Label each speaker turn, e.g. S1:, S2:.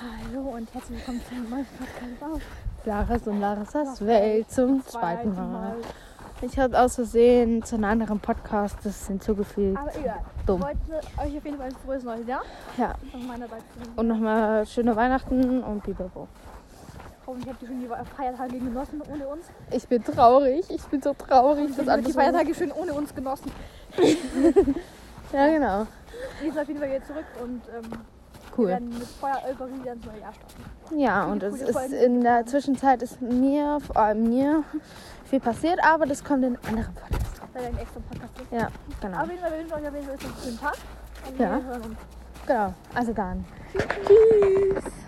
S1: Hallo und herzlich willkommen zu einem neuen Podcast auf.
S2: Laras und Larasas
S1: Das
S2: Welt zum zweiten
S1: Zweiten
S2: Mal. Ich habe aus Versehen zu einem anderen Podcast das hinzugefügt.
S1: Aber egal.
S2: Dumm.
S1: Ich wollte euch auf jeden Fall ein frohes neues Jahr
S2: Ja.
S1: von meiner Seite. wünschen.
S2: Und nochmal schöne Weihnachten und Bibabo.
S1: Hoffentlich habt ihr schon die Feiertage genossen ohne uns.
S2: Ich bin traurig. Ich bin so traurig,
S1: Ihr
S2: dass
S1: habt die
S2: alles so-
S1: Feiertage schön ohne uns genossen.
S2: Ja, genau.
S1: Wir sind auf jeden Fall wieder zurück und ähm, wir
S2: Cool.
S1: werden mit Feuereuphorie wieder ins neue Jahr starten.
S2: Ja, und
S1: viele
S2: es
S1: coole
S2: ist
S1: Folgen.
S2: in der Zwischenzeit ist mir, vor allem mir, viel passiert, aber das kommt in einem anderen Podcast.
S1: Da werden extra Podcast drin.
S2: Ja,
S1: Aber
S2: genau.
S1: auf jeden Fall wir wünschen euch auf jeden Fall jetzt noch einen schönen Tag. Und
S2: Ja.
S1: wir hören uns.
S2: Genau. Also dann.
S1: Tschüss.